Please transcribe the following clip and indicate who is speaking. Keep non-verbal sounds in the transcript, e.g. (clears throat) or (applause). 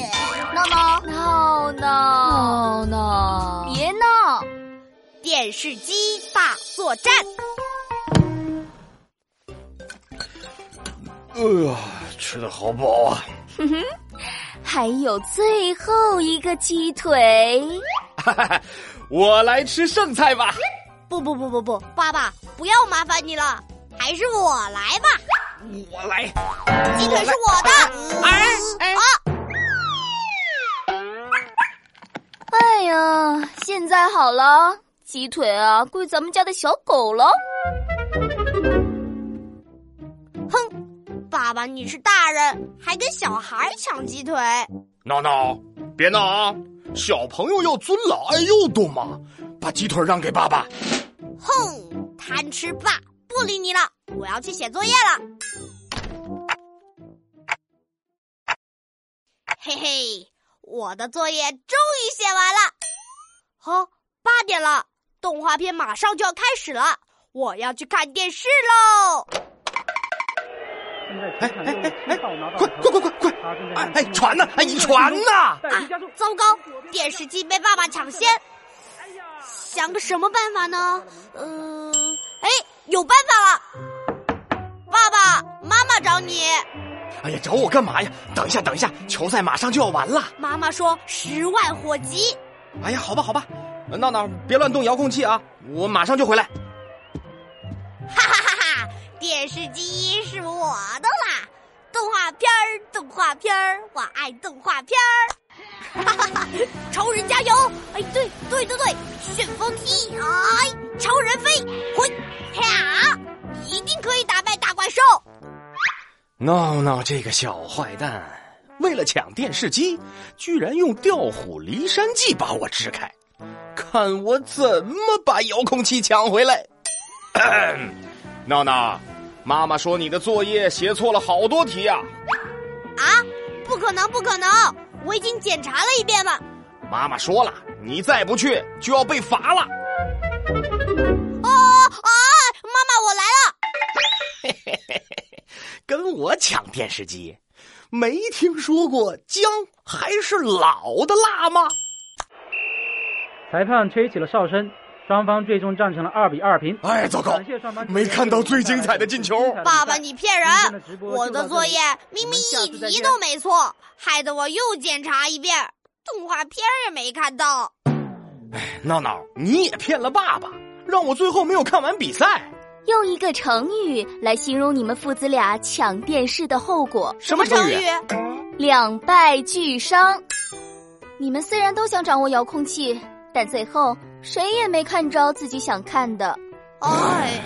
Speaker 1: 吗？
Speaker 2: 闹闹，
Speaker 1: 闹闹，
Speaker 2: 别闹！
Speaker 1: 电视机大作战。
Speaker 3: 哎呀，吃的好饱啊！
Speaker 2: 还有最后一个鸡腿，
Speaker 3: 我来吃剩菜吧。
Speaker 1: 不不不不不，爸爸不要麻烦你了，还是我来吧。
Speaker 3: 我来，
Speaker 1: 鸡腿是我的。
Speaker 3: 哎
Speaker 1: 啊！
Speaker 2: 哎呀，现在好了，鸡腿啊归咱们家的小狗了。
Speaker 1: 哼，爸爸你是大人，还跟小孩抢鸡腿。
Speaker 3: 闹闹，别闹啊！小朋友要尊老爱幼，懂吗？把鸡腿让给爸爸。
Speaker 1: 哼，贪吃爸，不理你了，我要去写作业了。嘿嘿，我的作业终于写完了。哦，八点了，动画片马上就要开始了，我要去看电视喽。
Speaker 4: 正在球场用踢到拿
Speaker 3: 哎
Speaker 4: 到
Speaker 3: 快快
Speaker 4: 球，
Speaker 3: 快快快！
Speaker 4: 他正在
Speaker 3: 哎
Speaker 4: 向
Speaker 3: 哎，
Speaker 4: 中
Speaker 3: 传啊呐！哎，你传呐！
Speaker 4: 带回家中，
Speaker 1: 啊糟糕，电视机被爸爸抢先。想个什么办法呢？嗯、哎，有办法了！爸爸妈妈找你。
Speaker 3: 哎呀，找我干嘛呀？等一下，等一下，球赛马上就要完了。
Speaker 1: 妈妈说十万火急。
Speaker 3: 哎呀，好吧，好吧，闹闹，别乱动遥控器啊！我马上就回来。
Speaker 1: 哈哈，电视机是我的啦！动画片儿，动画片儿，我爱动画片儿！哈哈哈，超人加油！哎，对对对对，旋风踢！哎，超人飞！回，啪！一定可以打败大怪兽！
Speaker 3: 闹闹这个小坏蛋，为了抢电视机，居然用调虎离山计把我支开，看我怎么把遥控器抢回来！ (clears throat) 咳闹闹，妈妈说你的作业写错了好多题啊！
Speaker 1: 啊，不可能，不可能！我已经检查了一遍了。
Speaker 3: 妈妈说了，你再不去就要被罚了。
Speaker 1: 啊啊！妈妈，我来了！
Speaker 3: 跟我抢电视机，没听说过姜还是老的辣吗？
Speaker 4: 裁判吹起了哨声，双方最终战成了二比二平。
Speaker 3: 哎，糟糕
Speaker 4: 感谢上班，族
Speaker 3: 没看到最精彩的进球。
Speaker 1: 爸爸，你骗人！我的作业明明一题都没错，害得我又检查一遍，动画片儿也没看到。
Speaker 3: 闹闹，你也骗了爸爸，让我最后没有看完比赛。
Speaker 2: 用一个成语来形容你们父子俩抢电视的后果：
Speaker 3: 什么
Speaker 1: 成
Speaker 3: 语
Speaker 1: 语？？
Speaker 2: 两败俱伤。你们虽然都想掌握遥控器，但最后谁也没看着自己想看的。
Speaker 1: 哎，